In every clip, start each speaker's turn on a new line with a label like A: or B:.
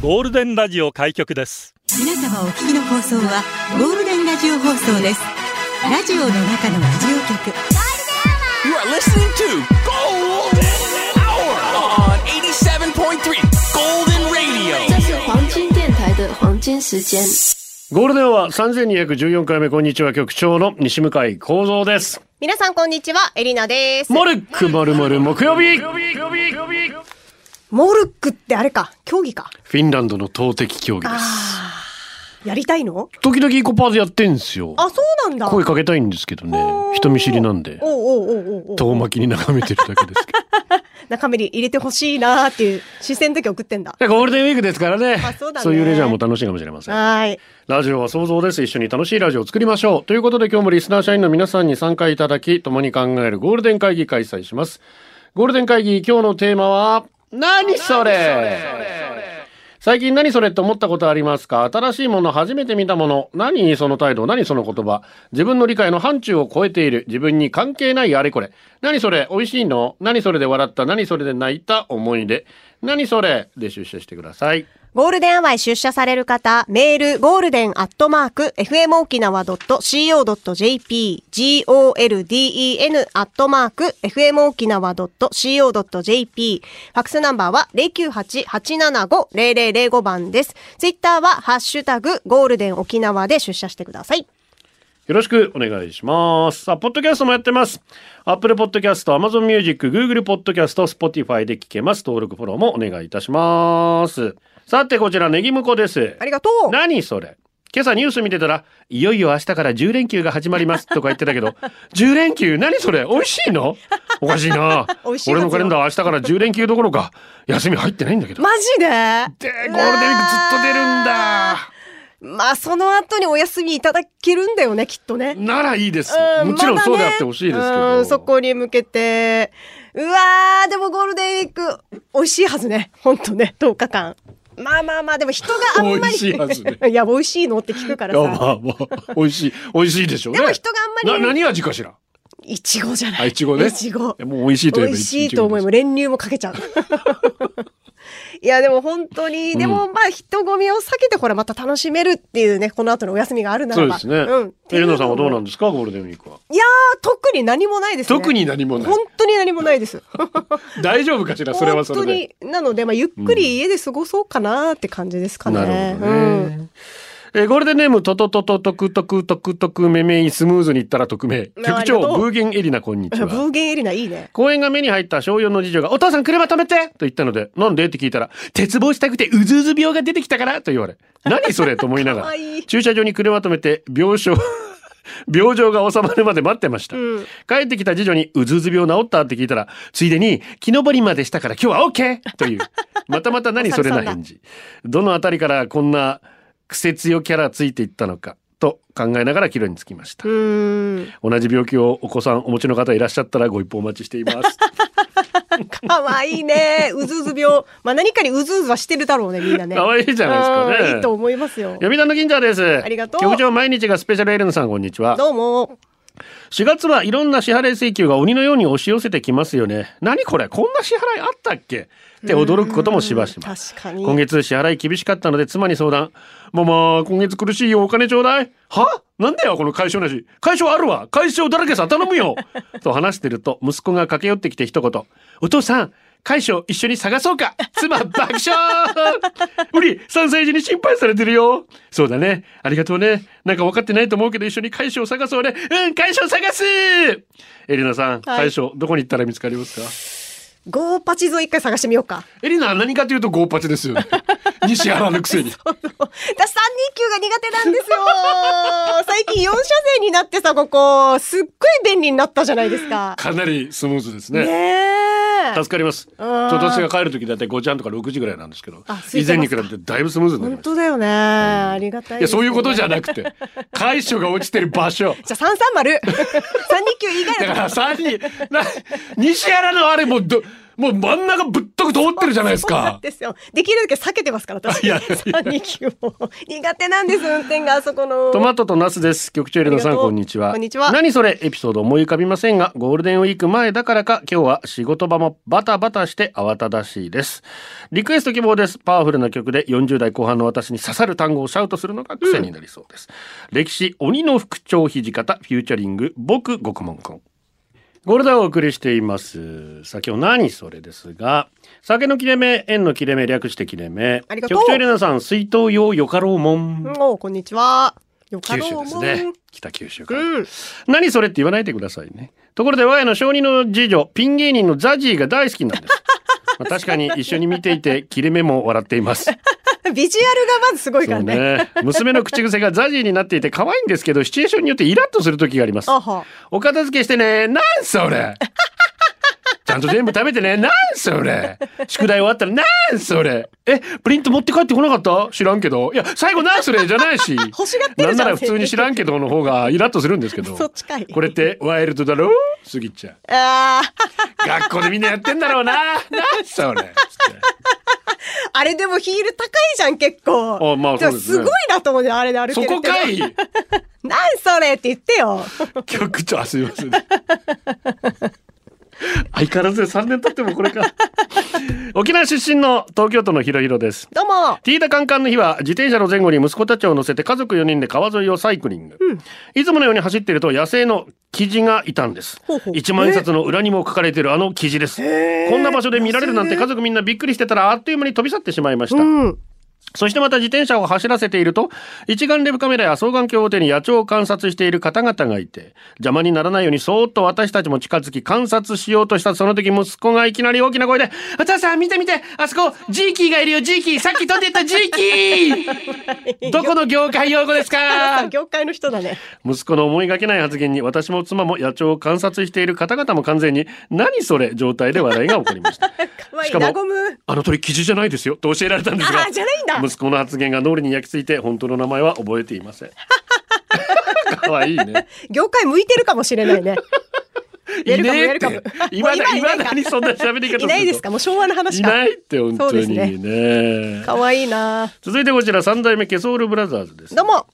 A: ゴールデンラジオ開局です
B: 皆様お聞きの放送はゴールデンラジオ放送ですラジオの中のラジオ局
C: You are listening to Golden Hour on 87.3 Golden Radio.
D: 这是黄金电台的黄金时间。
E: ゴールデンは三千二百十四回目こんにちは局長の西向井光三です。
F: 皆さんこんにちは、エリナです。
E: モルックまるまる木曜日。
F: モルックってあれか、競技か。
E: フィンランドの投擲競技です。
F: やりたいの
E: 時々イコパーでやってんですよ。
F: あ、そうなんだ。
E: 声かけたいんですけどね
F: おー
E: 人見知りなんで
F: おうおうおうおうおう
E: 遠巻きに眺めてるだけですけど
F: 中身に入れてほしいなーっていう視線だけ送ってんだ。
E: で ゴールデンウィークですからね
F: あそうだね
E: いうレジャーも楽しいかもしれません
F: はーい。
E: ラジオは想像です。一緒に楽しいラジオを作りましょう。ということで今日もリスナー社員の皆さんに参加いただき、共に考えるゴールデン会議開催します。ゴールデン会議、今日のテーマは、何それ最近何それって思ったことありますか新しいもの、初めて見たもの、何その態度、何その言葉、自分の理解の範疇を超えている、自分に関係ないあれこれ、何それ、美味しいの何それで笑った、何それで泣いた思い出、何それで出社してください。
F: ゴールデンアワーへ出社される方、メール、ゴールデンアットマーク、fmokinawa.co.jp、golden アットマーク、fmokinawa.co.jp、ファックスナンバーは098-875-0005番です。ツイッターは、ハッシュタグ、ゴールデン沖縄で出社してください。
E: よろしくお願いします。さあ、ポッドキャストもやってます。Apple Podcast、Amazon Music、Google Podcast、Spotify で聞けます。登録、フォローもお願いいたします。さて、こちら、ネギムコです。
F: ありがとう
E: 何それ今朝ニュース見てたら、いよいよ明日から10連休が始まりますとか言ってたけど、10連 休何それ美味しいのおかしいな
F: 美味しいは
E: 俺
F: ずよ
E: のカレンダーは明日から10連休どころか、休み入ってないんだけど。
F: マジで
E: で、ゴー
F: ゴール
E: ルデンウィークずっと出るんだ。
F: まあ、その後にお休みいただけるんだよね、きっとね。
E: ならいいです。
F: うん
E: もちろん
F: まだ
E: そ
F: ね
E: うであってほしいですけ
F: う
E: ど。
F: んそこに向けて。うわー、でもゴールデンウィーク、美味しいはずね。ほんとね、10日間。まあまあまあ、でも人があんまり。
E: 美味しいはずね
F: いや、美味しいのって聞くから
E: いやま
F: さ。
E: あまあ、美味しい、美味しいでしょうね。
F: でも人があんまり
E: な、何味かしら。
F: いちごじゃない。
E: あ、いちごね。
F: いちご。
E: もう美味しいといえば
F: 美味しいと思います。練乳もかけちゃう。 いや、でも本当に、でもまあ人混みを避けて、ほら、また楽しめるっていうね、この後のお休みがあるな
E: そ
F: ら
E: う
F: ば。
E: ですね。
F: うん。
E: エレナさんはどうなん
F: い
E: ですか、ゴールデンウィークは。
F: やー、特に何もないですね。
E: 特に何もない
F: 本。当に何もないです。
E: 大丈夫かしら、それはそれで。
F: 本当になので、まあ、ゆっくり家で過ごそうかなって感じですかね。
E: なるほど
F: うん
E: ね。えーゴールデンネーム、トトトトトクトクトクトクメメイスムーズに言ったら匿名。局
F: ありがとう
E: 長、ブーゲンエリナ、こんにち
F: ブ
E: は。
F: ーゲンエリナいいね。
E: 公園が目に入った小4の次女が、お父さん車止めてと言ったので、なんでって聞いたら、鉄棒したくてうずうず病が出てきたからと言われ、何それと思いなが
F: からわいい、
E: 駐車場に車止めて、病床、 病状が収まるまで待ってました。
F: うん
E: 帰ってきた次女に、うずうず病治ったって聞いたら、ついでに、木登りまでしたから今日は OK! という、またまた何それな返事。どのあたりからこんな癖強キャラついていったのか、と考えながら帰路につきました
F: う。ーん。
E: 同じ病気をお子さんお持ちの方いらっしゃったらご一報お待ちしています。
F: かわいいね。うずうず病。 まあ、何かにうずうずはしてるだろうね、みんなね。
E: 可愛いじゃないですか
F: うん
E: ね。
F: いいと思いますよ。
E: 読谷の銀座です。
F: ありがとう
E: 局長毎日がスペシャルエレンさんこんにちは。
F: どうも。
E: 4月はいろんな支払い請求が鬼のように押し寄せてきますよね。何これこんな支払いあったっけって驚くこともしばしば。
F: 確かに。
E: 今月支払い厳しかったので妻に相談。ママ、今月苦しいよ、お金ちょうだい。はなんだよ、この解消なし。解消あるわ。解消だらけさ、頼む よ。と話してると、息子が駆け寄ってきて一言。お父さん、解消一緒に探そうか。妻、爆 笑無理、3歳児に心配されてるよ。そうだね。ありがとうね。なんか分かってないと思うけど、一緒に解消探そうね。うん、解消探すエリナさん、
F: はい
E: 解消、どこに行ったら見つかりますか
F: ゴーパチゾ一回探してみようか。
E: エリナは何かというと、ゴーパチですよ ね。西原のくせに。
F: 私329が苦手な んですよ。最近4車線になってさ、ここ。すっごい便利になったじゃないですか。
E: かなりスムーズです
F: ね
E: ね。
F: え。
E: 助かります。ちょっと私が帰る時だいたい5時半とか6時ぐらいなんですけど
F: あ空
E: 以
F: いて
E: 前
F: ま
E: に比
F: すか
E: べてだいぶスムーズになり
F: 本
E: ました。
F: 当だよね。ありがたい
E: いやそういうことじゃ
F: い。
E: なくて解消が落ちてる場 所
F: じゃあ三三丸、三二九以外
E: だか
F: だと。
E: ら3人な西原のあれもうどもう真ん中ぶっとく通ってるじゃないです
F: そうなん
E: か。
F: ですよ。できるだけ避けてますから、私。
E: いや
F: 三二九も。苦手な んです、運転があそこの。
E: トマトとナスです。局長エレナさ
F: あ
E: ん、
F: りがとう
E: こんにちは。
F: こんにちは
E: 何それエピソード思い浮かびませんが、ゴールデンウィーク前だからか、今日は仕事場もバタバタして慌ただしいです。リクエスト希望です。パワフルな曲で40代後半の私に刺さる単語をシャウトするのが癖になりそうです。歴史、鬼の復調土方、フューチャリング、僕、獄門君。ゴールデンをお送りしています。さあ、今日何それですが、酒の切れ目、縁の切れ目、略して切れ目。
F: ありがとう
E: 局長エレナさん、水筒用よかろうもん。
F: うんおうこんにちは。よか
E: 九
F: ろ
E: 州
F: う
E: です
F: もん。
E: ね。北九州から。
F: うん。
E: 何それって言わないでくださいね。ところで、我が家の小児の次女、ピン芸人のザジーが大好きなんです。まあ、確かに一緒に見ていて、切れ目も笑ってい ます。そ
F: ビジュアルがまずすごいから
E: う
F: ね。
E: ね。娘の口癖がザジーになっていて可愛いんですけど、シチュエーションによってイラッとする時があります。
F: あは。
E: お片付けしてね。なんそ れちゃんと全部食べてね。なんそれ宿題終わったら、なんそれえ、プリント持って帰ってこなかった知らんけど。いや、最後なんそれじゃないし。
F: 欲しがって
E: な
F: る
E: ん
F: じ
E: な
F: ゃん。
E: ら普通に知らんけどの方がイラッとするんですけど。
F: そっちかい
E: これってワイルドだろすぎちゃん。
F: あ
E: 学校でみんなやってんだろうな。なんそれ。つって
F: あ、あれでもヒール高いじゃん、結構。
E: あまあ
F: じゃ
E: そうですね
F: すごいなと思って、あれで歩ける
E: そ
F: って。
E: こか い
F: なんそれって言ってよ。
E: 局長、あすいません。相変わらず3年経ってもこれか。沖縄出身の東京都のひろひろです。
F: どうも。
E: ティーダカンカンの日は自転車の前後に息子たちを乗せて家族4人で川沿いをサイクリング、いつものように走っていると野生のキジがいたんです
F: ほうほう
E: 一万円札の裏にも書かれているあのキジですこんな場所で見られるなんて家族みんなびっくりしてたらあっという間に飛び去ってしまいました、
F: うん。
E: そしてまた自転車を走らせていると一眼レフカメラや双眼鏡を手に野鳥を観察している方々がいて邪魔にならないようにそーっと私たちも近づき観察しようとしたその時息子がいきなり大きな声で「お父さん見て見てあそこジーキーがいるよジーキーさっき飛んでったジーキーどこの業界用語ですか?」
F: 業界の人だね。
E: 息子の思いがけない発言に私も妻も野鳥を観察している方々も完全に「何それ?」状態で話題が起こりました
F: かわい
E: し
F: い。
E: かも
F: ラゴム。
E: あの鳥キジじゃないですよと教えられたんですが
F: あーじゃないんだ
E: 息子の発言が脳裏に焼き付いて本当の名前は覚えていませ ん可愛いね
F: 業界向いてるかもしれないね。
E: い
F: やるかも
E: ねえ
F: や
E: っ
F: る
E: て
F: かも
E: いまだ
F: もう
E: いま
F: いないいない
E: だにそんな喋り方ると
F: いないですかもう昭和の話
E: い
F: か。
E: ないって本当
F: そうです
E: にね
F: かわいいな。
E: 続いてこちら三代目ケソールブラザーズです
F: どうも。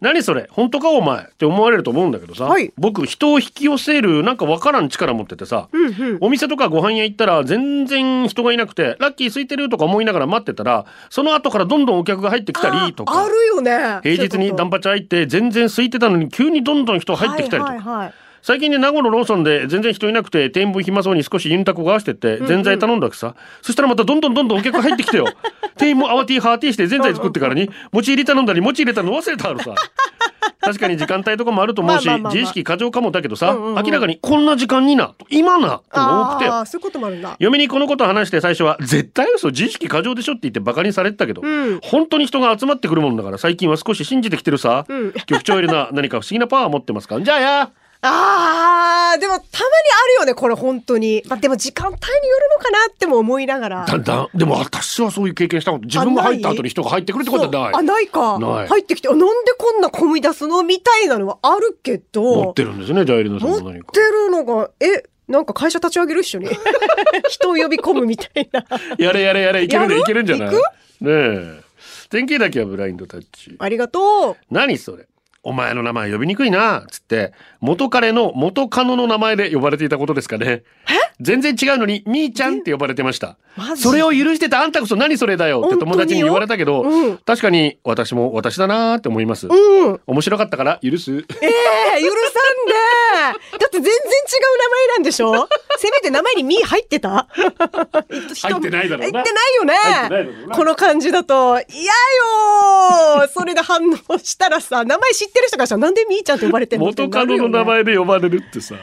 E: 何それ本当かお前って思われると思うんだけどさ、
F: はい
E: 僕人を引き寄せるなんかわからん力持っててさ、お店とかご飯屋行ったら全然人がいなくてラッキー空いてるとか思いながら待ってたらその後からどんどんお客が入ってきたりと
F: あ
E: か
F: るよね。
E: 平日にダン
F: パ
E: パチャ行って全然空いてたのに急にどんどん人入ってきたりとか、
F: はいはいはい。
E: 最近ね名護のローソンで全然人いなくて店員分暇そうに少しユンタコが合わせてってぜんざい頼んだわけさ、そしたらまたどんどんどんどんお客が入ってき てよ店員も慌てぃはーてぃしてぜんざい作ってからに餅入り頼んだり餅入れたの忘れたある さ確かに時間帯とかもあると思うし
F: まあまあまあまあ
E: 自意識過剰かもだけどさ、
F: うんうんうん
E: 明らかにこんな時間にな今なって多くて
F: あ
E: よ
F: あ、そういうこともあるんだ。
E: 嫁にこのこと話して最初は絶対嘘自意識過剰でしょって言ってバカにされてたけど、
F: うん
E: 本当に人が集まってくるもんだから最近は少し信じてきてるさ、
F: うん
E: 局長エレナ何か不思議なパワー持ってますかじゃあや
F: ああ、でもたまにあるよね、これ本当に。まあでも時間帯によるのかなっても思いながら。
E: だんだんでも私はそういう経験したこと自分が入った後に人が入ってくるってことは
F: そう
E: な
F: あ、
E: い
F: ないか。
E: ない
F: 入ってきて、あなんでこんな混み出すのみたいなのはあるけど。
E: 持ってるんですねじゃあエリナさん
F: 持
E: も
F: っ
E: 何か
F: てるのが、え、なんか会社立ち上げる一緒に。 人を呼び込むみたいな。
E: やれやれやれいける
F: や
E: ね
F: る
E: いけるんじゃない
F: 行
E: ね
F: く
E: え天気だけはブラインドタッチ
F: ありがとう。
E: 何それお前の名前呼びにくいなつって元彼の元カノの名前で呼ばれていたことですかね全然違うのにみーちゃんって呼ばれてました
F: マジ
E: それを許してたあんたこそ何それだよって友達に言われたけど、
F: 本当にようん
E: 確かに私も私だなーって思います、
F: うん。
E: 面白かったから許す
F: ええ許さんね。だって全然違う名前なんでしょせめて名前にミー入っ てた
E: 入ってないだろうな
F: 入ってない
E: 入
F: よ
E: ってないだろう
F: ね。
E: な
F: この感じだと、嫌よーそれで反応したらさ、名前知ってる人からしたらなんでミーちゃんって呼ばれてんのって
E: 元カ
F: なる
E: ノ
F: よ
E: の
F: ね
E: 名前で呼ばれるってさ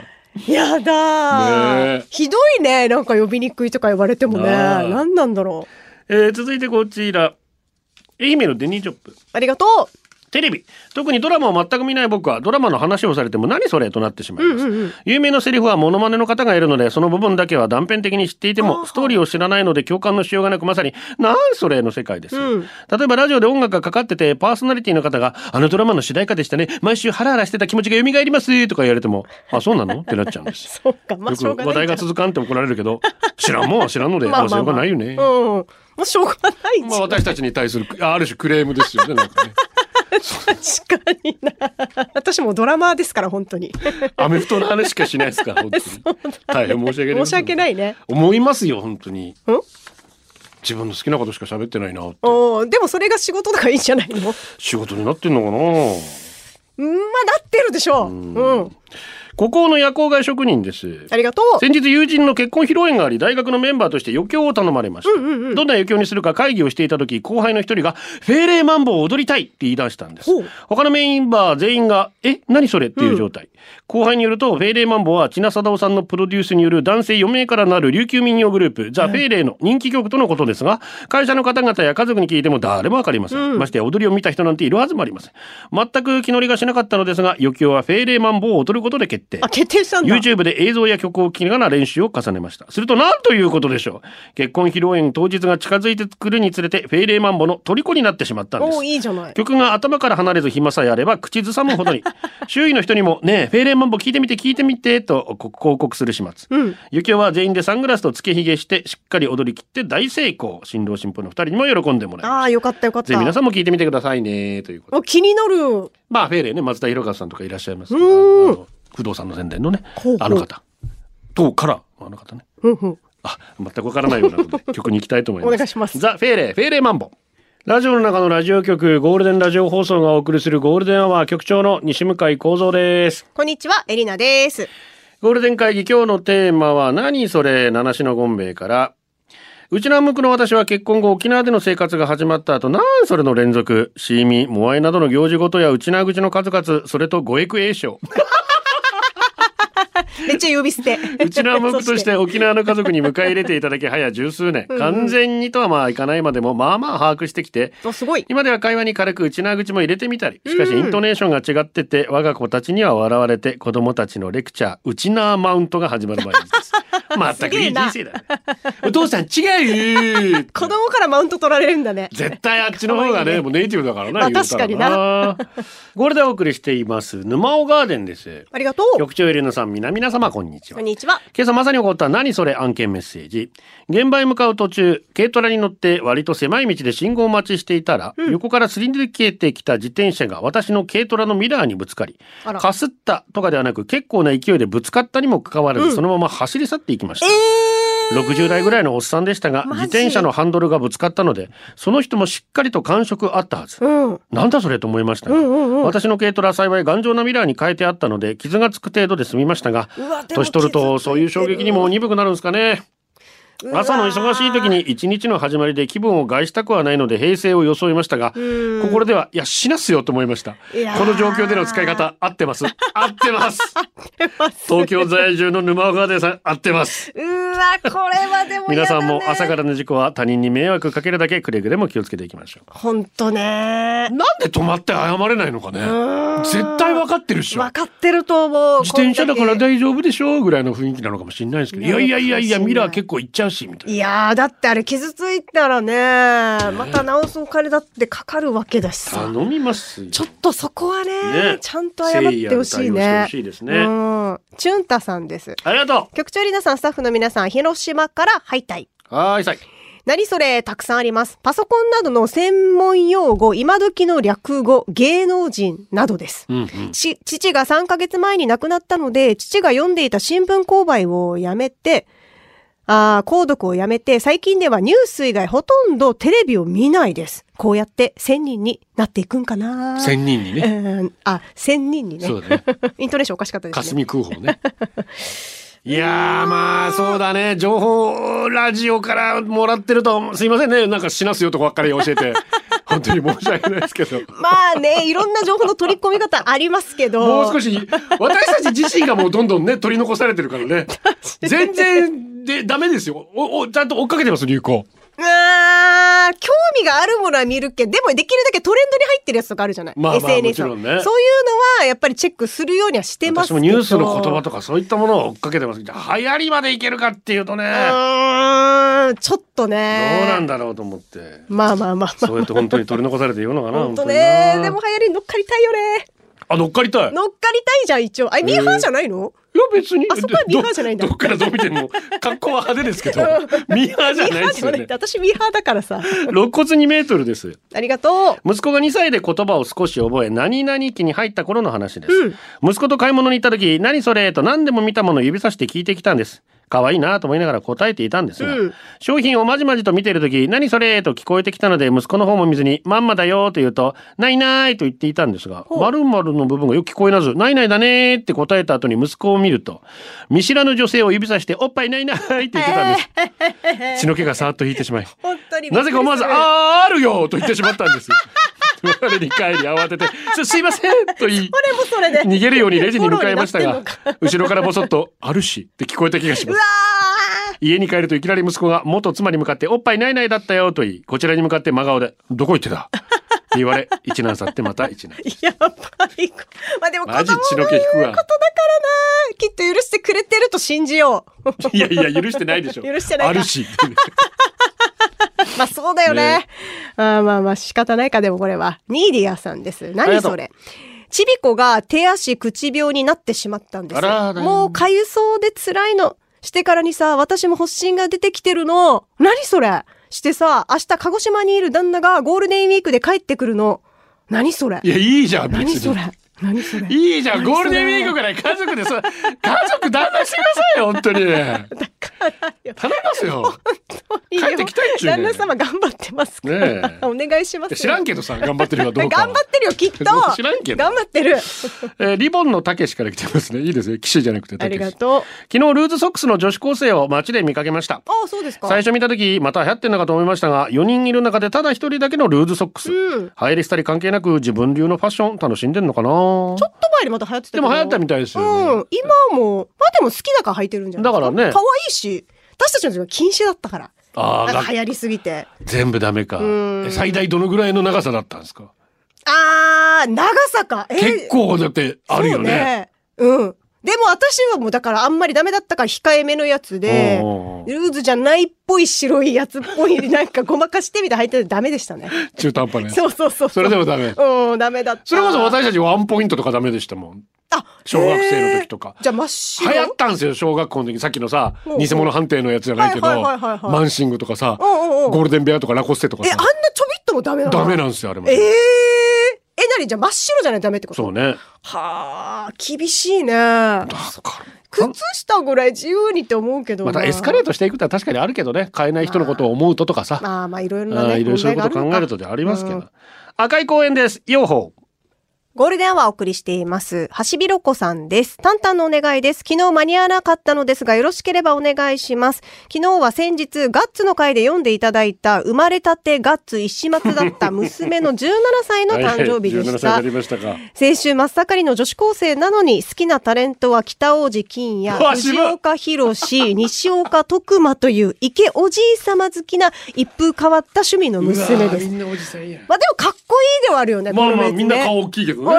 F: やだー、
E: ねえ
F: ひどいね。なんか呼びにくいとか言われてもね。
E: なあ
F: 何なんだろう。
E: えー続いてこちら愛媛のデニーチョップ
F: ありがとう。
E: テレビ特にドラマを全く見ない僕はドラマの話をされても何それとなってしまいます、有名なセリフはモノマネの方がいるのでその部分だけは断片的に知っていてもストーリーを知らないので共感のしようがなくまさに「なんそれ」の世界です、例えばラジオで音楽がかかっててパーソナリティの方が「あのドラマの主題歌でしたね毎週ハラハラしてた気持ちが蘇ります」とか言われても「あそうなの?」ってなっちゃうんです
F: そうか、 まあ、
E: よ
F: しょう
E: く
F: が
E: 話
F: な
E: 題
F: い
E: が
F: から。
E: 続かんって怒られるけど知らんもんは知らん のでまあしょうがないよね、
F: うん。もうしょうがない。
E: まあ私たちに対するあある種クレームですよねなんかね
F: 確かにな。私もドラマーですから、本当に。
E: アメフトの話しかしないです から本当に大変申し訳ない
F: 申し訳ないね。
E: 思いますよ本当に
F: ん
E: 自分の好きなことしか喋ってないなって
F: おーでもそれが仕事だからいいんじゃないのまあ、
E: 仕事になってんのかな
F: なってるでしょう。うん。
E: 孤高の夜行外職人です
F: ありがとう。
E: 先日友人の結婚披露宴があり大学のメンバーとして余興を頼まれました、どんな余興にするか会議をしていた時後輩の一人が「フェーレーマンボウを踊りたい」って言い出したんです
F: ほう
E: 他のメンバー全員が「え何それ?」っていう状態、後輩によるとフェーレーマンボウは千奈貞夫さんのプロデュースによる男性4名からなる琉球民謡グループザ・フェーレーの人気曲とのことですが会社の方々や家族に聞いても誰もわかりません、ましてや踊りを見た人なんているはずもありません全く気乗りがしなかったのですが余興はフェーレーマンボウを踊ることで決定
F: あ、決定したんだ。
E: YouTube で映像や曲を聴きながら練習を重ねました。すると、なんということでしょう。結婚披露宴当日が近づいてくるにつれて、フェイレーマンボの虜になってしまったんで
F: お
E: す
F: お。いいじゃない。
E: 曲が頭から離れず暇さえあれば口ずさむほ どに周囲の人にも「ねえフェイレーマンボ聞いてみて聞いてみて」とこ広告する始末、
F: うん
E: ゆきおは全員でサングラスとつけひげしてしっかり踊り切って大成功新郎新婦の二人にも喜んでもらい
F: あ
E: ま
F: あ、よかったよかっ
E: すぜ
F: た。
E: ひ皆さんも聞いてみてくださいねということで
F: もう気になる。
E: まあフェーレーね松田博和さんとかいらっしゃいますから
F: うん
E: あの不動産の宣伝のね
F: ほうほう
E: あの方とからあの方ね
F: うんうん。
E: あ全くわからないようなので曲に行きたいと思います
F: お願いします
E: ザ・フェーレーフェーレーマンボラジオの中のラジオ局ゴールデンラジオ放送がお送りするゴールデンアワー局長の西向井光三です
F: こんにちは、エリナです。
E: ゴールデン会議今日のテーマは何それ七種のゴンベイからうちの向くの私は結婚後沖縄での生活が始まった後なんそれの連続シーミーモアイなどの行事ごとやうちな口の数々それとごえく栄唱
F: めっちゃ呼び捨て。
E: うちのアムクと して沖縄の家族に迎え入れていただき早十数年完全にとはまあいかないまでもまあまあ把握してきて
F: あすごい。
E: 今では会話に軽くうちな口も入れてみたりしかしイントネーションが違ってて我が子たちには笑われて子供たちのレクチャーうちなマウントが始まる毎日です 全くいい人生だねお父さん違うよ
F: 子供からマウント取られるんだね。
E: 絶対あっちの方がね
F: 可愛いね
E: もうネイティブだからな
F: まあ
E: 言うたら
F: 確かに
E: ゴールデンお送りしています沼尾ガーデンです
F: ありがとう。
E: 局長エリナさん皆皆様こんにちは
F: こんにちは。
E: 今朝まさに起こった何それ案件メッセージ現場へ向かう途中軽トラに乗って割と狭い道で信号待ちしていたら、横からすり抜けてきた自転車が私の軽トラのミラーにぶつかり
F: あら
E: かすったとかではなく結構な勢いでぶつかったにもかかわらず、そのまま走り去っていきました、60代ぐらいのおっさんでしたが
F: マジ
E: 自転車のハンドルがぶつかったのでその人もしっかりと感触あったはず、
F: うん。
E: なんだそれと思いましたが、私の軽トラは幸い頑丈なミラーに変えてあったので傷がつく程度で済みましたが
F: うわでも
E: 年取ると
F: 傷ついてる
E: そういう衝撃にも鈍くなるんですかね
F: うわ
E: 朝の忙しい時に一日の始まりで気分を害したくはないので平静を装いましたが
F: うん
E: 心ではいや死なすよと思いました
F: いやー
E: この状況での使い方合ってます 合ってます東京在住の沼尾川でさん合ってます
F: うわ、これはでも、。
E: 皆さんも朝かららの事故は他人に迷惑かけるだけくれぐれも気をつけていきましょ
F: ほんとね
E: う。なんで止まって謝れないのかね絶対分かってるっしょ
F: 分かってると思う。
E: 自転車だから
F: こんけ
E: 大丈夫でしょぐらいの雰囲気なのかもしれないですけど、い
F: なの
E: や
F: かも
E: い
F: し
E: や
F: れない
E: いやいや、ミラー結構いっちゃうし、みたい
F: いやーだってあれ傷ついたらねまた直すお金だってかかるわけだし
E: な。
F: さ
E: 頼みますよ。
F: ちょっとそこはね
E: ね
F: ちゃんと謝ってほし
E: 誠意ある対応し
F: い
E: て
F: ね
E: ほしいですね
F: うんチュンタさんです
E: ありがと
F: 局長リナさんスタッフの皆さん広島から敗退
E: うはーい、さい。
F: 何それたくさんあります。パソコンなどの専門用語、今時の略語、芸能人などです。
E: うんうん。
F: ち父が3ヶ月前に亡くなったので、父が読んでいた新聞購買をやめて、あー購読をやめて、最近ではニュース以外ほとんどテレビを見ないです。こうやって1000人になっていくんかな
E: 千人に
F: う
E: ね。
F: ーんあ、1000人にね。
E: そうだね。
F: イントネーションおかしかったです
E: 霞
F: ね。
E: 空砲ね。いやーまあそうだね情報をラジオからもらってるとすいませんねなんか死なすよとこばっかり教え て本当に申し訳ないですけど
F: まあね、いろんな情報の取り込み方ありますけど。
E: もう少し私たち自身がもうどんどんね取り残されてるから ね全然でダメですよおおちゃんと追っかけてます流行
F: うわあ、興味があるものは見るけど、でもできるだけトレンドに入ってるやつとかあるじゃない。
E: まあまあ
F: SNS の
E: もちろんね
F: そういうのは、やっぱりチェックするようにはしてま
E: 私
F: すけど。
E: もニュースの言葉とかそういったものを追っかけてますけど流行りまでいけるかっていうとね
F: うーん、ちょっと
E: どう
F: ね。
E: なんだろうと思って
F: まあまあまあまあ。
E: そうやって本当に取り残されているのかな
F: 本当ね
E: 本当にな
F: でも流行りに乗っかりたいよね。
E: あ乗っかりたいいや
F: 乗っかりたいじゃん、一応。あ、ミーハーじゃないの、
E: 別に
F: あそこはミーハーじゃないんだ
E: どどっからどう見ても格好は派手です けど ミーハーじゃ
F: ミー
E: ない
F: ハー
E: で
F: じ
E: す
F: ゃ
E: よ
F: ないっ
E: ね
F: て、私ミーハーだからさ。
E: 肋骨2メートルです
F: ありがとう。
E: 息子が2歳で言葉を少し覚え何々期に入った頃の話です、
F: うん
E: 息子と買い物に行った時「何それ?」と何でも見たものを指さして聞いてきたんです可愛いなと思いながら答えていたんですが、
F: うん
E: 商品をまじまじと見ている時「何それ?」と聞こえてきたので息子の方も見ずに「まんまだよ」と言うと「ないない」と言っていたんですが
F: う
E: 〇〇の部分がよく聞こえなず「ないないだね」って答えた後に息子を見ると見知らぬ女性を指さして「おっぱいないない」って言ってたんです血の気がさーっと引いてしまい
F: 本当に。
E: なぜか思わず、
F: あ
E: あーあるよと言ってしまったんです。 我に帰り慌てて、すすいませんと言い、
F: これもそれで。
E: 逃げるようにレジに向かいました
F: フォロー
E: が
F: になってんのか、
E: 後ろからボソッと、あるしって聞こえた気がします。家に帰るといきなり息子が元妻に向かって、おっぱいないないだったよと言い、こちらに向かって真顔で、どこ行ってたって言われ、一難去ってまた一難。
F: やっぱり。まあでも子供
E: マジ
F: の
E: 血の
F: 言うこと
E: 気
F: だ
E: 引く
F: から
E: わ
F: な。きっと許してくれてると信じよ う。
E: いやいや、許してないでしょ。
F: 許してないか
E: あるし。
F: まあそうだよね。あーまあまあ仕方ないか、でもこれは。ニーディアさんです。
E: あり
F: 何
E: がとう
F: それ。ちびこが手足口病になってしまったんです
E: あら
F: よ。
E: ー
F: もうかゆそうで辛いの。してからにさ、私も発疹が出てきてるの。何それしてさ、明日鹿児島にいる旦那がゴールデンウィークで帰ってくるの。何それ
E: いや、いいじゃん、別
F: 何そ
E: に
F: れ。何それ
E: いいじゃん、
F: 何
E: ゴー
F: それ
E: ルデンウィークぐらい家族でさ、家族団らしてくださいよ、本当に。頼みますよ。帰ってきたいっちゅうね
F: 旦那様頑張ってますから、
E: ねえ
F: お願いします
E: いや
F: よ
E: 知らんけどさ、頑張ってるかどう
F: 頑
E: かは。
F: 張ってるよきっと
E: 知らんけど
F: 頑張ってる
E: えーリボンのたけしから来てますね。いいですね。騎士じゃなくて
F: あ
E: たけ
F: り
E: し。
F: が
E: 昨
F: とう
E: 日、ルーズソックスの女子高生を街で見かけました。
F: ああそうですか
E: 最初見た時また流行ってんのかと思いましたが4人いる中でただ一人だけのルーズソックス、
F: うん
E: 流行りしたり関係なく自分流のファッション楽しんでんのかな
F: ちょっと前にまた流行ってたけ
E: で
F: ど
E: も流行ったみたいですよ、
F: う
E: ね
F: ん今もまあでも好きだから履いてるんじゃないです
E: だからね
F: 可愛いし私たちの時は禁止だったから
E: あ
F: なん
E: あ
F: か流行りすぎて
E: 全部ダメかえ最大どのぐらいの長さだったんですか
F: あー長さかえー
E: 結構だってあるよね
F: そうねうんでも私はもうだからあんまりダメだったから控えめのやつで
E: おうおうおう
F: ルーズじゃないっぽい白いやつっぽいなんかごまかしてみたいな履いてたらダメでし たね
E: 中途半端ね
F: そうそうそうう
E: それでもダメ
F: うんダメだった
E: それこそ私たちワンポイントとかダメでしたもん
F: あ
E: 小学生の時とか
F: へーじゃあ真っ白
E: 流行ったんですよ小学校の時さっきのさ
F: うんうん
E: 偽物判定のやつじゃないけど
F: はいはいはいはいはい
E: マンシングとかさ
F: うんうんうん
E: ゴールデンベアとかラコステとか
F: えあ
E: さ
F: んなちょびっともダメなの
E: ダメなんですよあれも
F: えー、え何じゃあ真っ白じゃないとダメってこと
E: そうね
F: はあ厳しいね
E: だから
F: 靴下ぐらい自由にって思うけどな
E: またエスカレートしていくってのは確かにあるけどね買えない人のことを思うととかさ
F: まあまあいろいろな
E: ああ
F: ね
E: いろいろそういうこと考
F: 問題が
E: え
F: あ
E: る
F: の
E: と
F: か
E: でありますけ
F: う
E: ど
F: ん
E: 赤い公園です用法
F: ゴールデンアワーお送りしています。はしびろこさんです。タンタンのお願いです。昨日間に合わなかったのですが、よろしければお願いします。昨日は先日、ガッツの回で読んでいただいた、生まれたてガッツ石松だ った娘の17歳の誕生日で
E: 17
F: した
E: 歳にな。りましたか
F: 先週真っ盛りの女子高生なのに好きなタレントは北王子金
E: うわ
F: 谷、
E: 渋い
F: 藤岡弘、西岡徳馬という池おじい様好きな一風変わった趣味の娘です。
E: なおじさんや
F: まあでもかっこいいではあるよね。
E: まあ
F: この
E: ま
F: や
E: あ
F: つね
E: みんな顔大きいけどね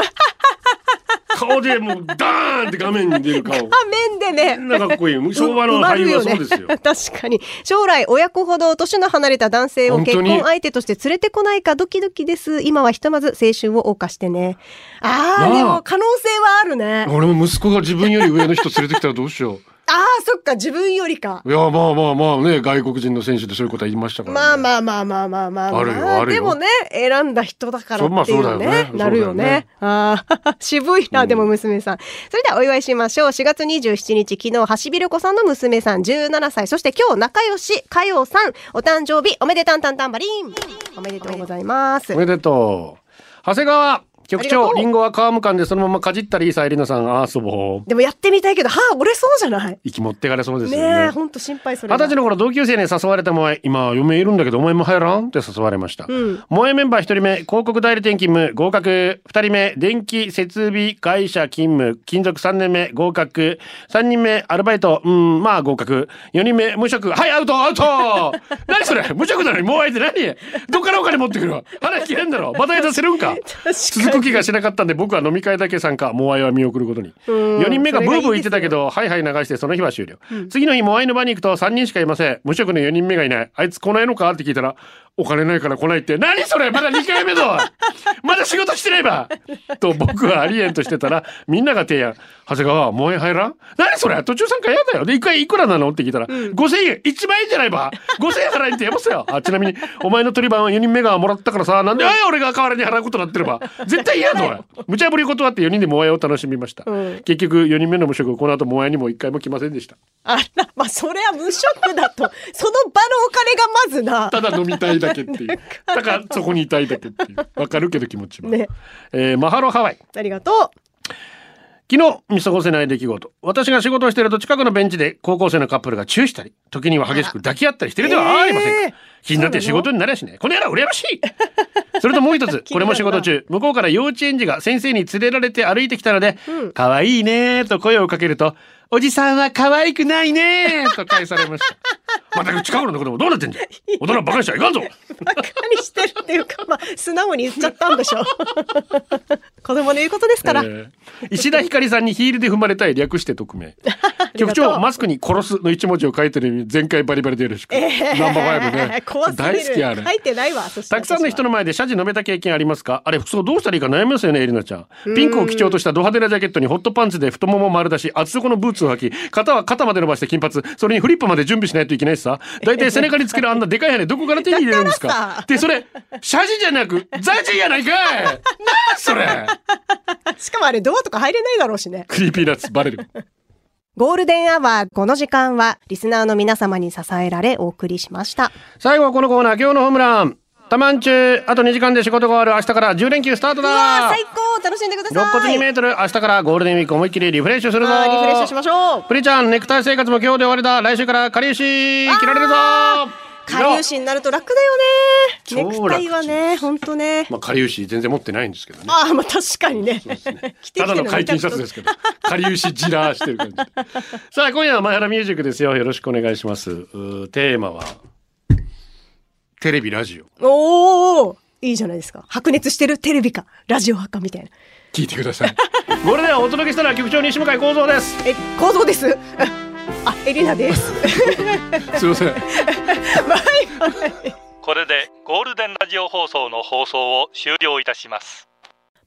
E: 顔でもうダーンって画面に出る顔
F: あ、面でね。
E: みんなかっこい い昭和の
F: う埋ま
E: 俳
F: る
E: 優は
F: よ
E: そ
F: ね
E: うですよ
F: 確かに。将来、親子ほど年の離れた男性を
E: 本
F: 結
E: 当に
F: 婚相手として連れてこないかドキドキです。今はひとまず青春を謳歌してね。あ
E: な
F: あ、
E: あ
F: でも可能性はあるね。
E: 俺も息子が自分より上の人連れてきたらどうしよ
F: ああ、そっか、自分よりか。
E: う。いや、まあまあまあね、外国人の選手でそういうことは言いましたから、ね。
F: まあまあまあまあまあまあまあ。
E: あるよあるよ
F: でもね、選んだ人だからっていう
E: そ
F: の
E: うまあそ
F: ね。
E: うだよね
F: なるよね。ああ、 渋いな、でも娘さん。それではお祝いしましょう。4月27日、昨日、橋びる子さんの娘さん17歳。そして今日、仲良し、かよさん、お誕生日、おめでたんたんたんばりん。おめでとうございます
E: お。めでとう。長谷川、局
F: ありが
E: 長
F: とう
E: リンゴは皮むかんでそのままかじったりさえりなさんあーそぼ
F: でもやってみたいけど、歯折れそうじゃない
E: 生き持ってかれそうですよ
F: ねえ、
E: ね
F: ほんと心配それ
E: 二
F: は。
E: 十歳の頃同級生に誘われたもえ今嫁いるんだけどお前も入らんって誘われました、
F: うん
E: 萌えメンバー1人目広告代理店勤務合格2人目電気設備会社勤務勤続3年目合格3人目アルバイトうんまあ合格4人目無職はいアウトアウ ト何それ無職なのにもう相手何どっからお金持ってくるわ腹切れんだろまたやらせるん か
F: かに
E: 続く気がしなかったんで僕は飲み会だけ参加モアイは見送ることに
F: うん
E: 4人目がブーブー言って
F: それがいいですよ
E: たけどはいはい流してその日は終了、次の日モアイの場に行くと3人しかいません無職の4人目がいないあいつ来ないのかって聞いたらお金ないから来ないって何それまだ2回目だ まだ仕事してればと僕はありえんとしてたらみんなが提案長谷川モアイ入らん何それ途中参加嫌だよで1回いくらなのって聞いたら、5000円一番いいじゃないば5000円払えってやばせよあちなみにお前の取り番は4人目がもらったからさなんであい俺が代わりに払うことになってれば絶対嫌だよ無茶ぶり断って4人でモアイを楽しみました、
F: うん
E: 結局4人目の無職この後モアイにも1回も来ませんでした
F: あら、まあ、それは無職だと。その場のお金がまずな。
E: ただ飲みたいだけっていうだからそこにいたいだけっていうわかるけど気持ちも、
F: ね
E: えーマハロハワイ
F: ありがと
E: 昨日見過ごせない出来事私が仕事をしていると近くのベンチで高校生のカップルがチューしたり時には激しく抱き合ったりしてるではありませんか、
F: えー
E: 気になって仕事になりゃしねこの野郎羨ましいそれともう一つこれも仕事中向こうから幼稚園児が先生に連れられて歩いてきたので「可、愛、いいね」と声をかけると「おじさんは可愛くないね」と返されましたまた近頃の子供どうなってんじゃん大人バカにしちゃいかんぞ
F: う。バカにしてるっていうか、まあ、素直に言っちゃったんでしょ。 子供の言うことですから。
E: えー石田ひかりさんにヒールで踏まれたい略して匿 名
F: り
E: 局
F: がとう
E: 長マスクに「殺す」の一文字を書いてる意味全開バリバリでよろしく、ナンバーファイブね
F: 怖すぎる
E: 大好きあれ
F: 書いてないわ。そして
E: たくさんの人の前で謝辞述べた経験ありますかあれ服装どうしたらいいか悩みますよねエリナちゃんピンクを基調としたド派手なジャケットにホットパンツで太もも丸出し厚底のブーツを履き肩は肩まで伸ばして金髪それにフリップまで準備しないといけないしさ大体背中につけるあんなでかい羽根どこから手に入れるんです
F: だから
E: か
F: さ
E: でそれ謝辞じゃなくザジやないか いなあそれ
F: 私はしかもあれ、ドアとか入れないだろうしね。
E: クリーピーナッツバレる
F: ゴールデンアワー、この時間は、リスナーの皆様に支えられ、お送りしました。
E: 最後はこのコーナー今日のホームランたまん中あと2時間で仕事が終わる明日から10連休スタート
F: うわ
E: だ
F: ー最高楽しんでください
E: 肋骨2メートル明日からゴールデンウィーク思いっきりリフレッシュするぞ
F: あーリフレッシュしましょう
E: プリちゃんネクタイ生活も今日で終わりだ来週からかりゆし切られるぞ
F: 下粒子になると楽だよね。ネ
E: 超楽
F: クタイはね、ほんとね。
E: まあかりゆし全然持ってないんですけどね
F: ああ、まあ確かにね。 着てきて
E: ただの解禁シャツです けどかりゆしじらーしてる感じでさあ今夜は前原ミュージックですよよろしくお願いしますうーテーマはテレビラジオ
F: おおいいじゃないですか。白熱してるテレビか、ラジオ派かみたいな。
E: 聞いてくださ いゴールデンをお届けしたのは局長西向井光三です
F: え、構造です。 あ、エリナです。
E: すいません
F: バイバイ。
A: これでゴールデンラジオ放送の放送を終了いたします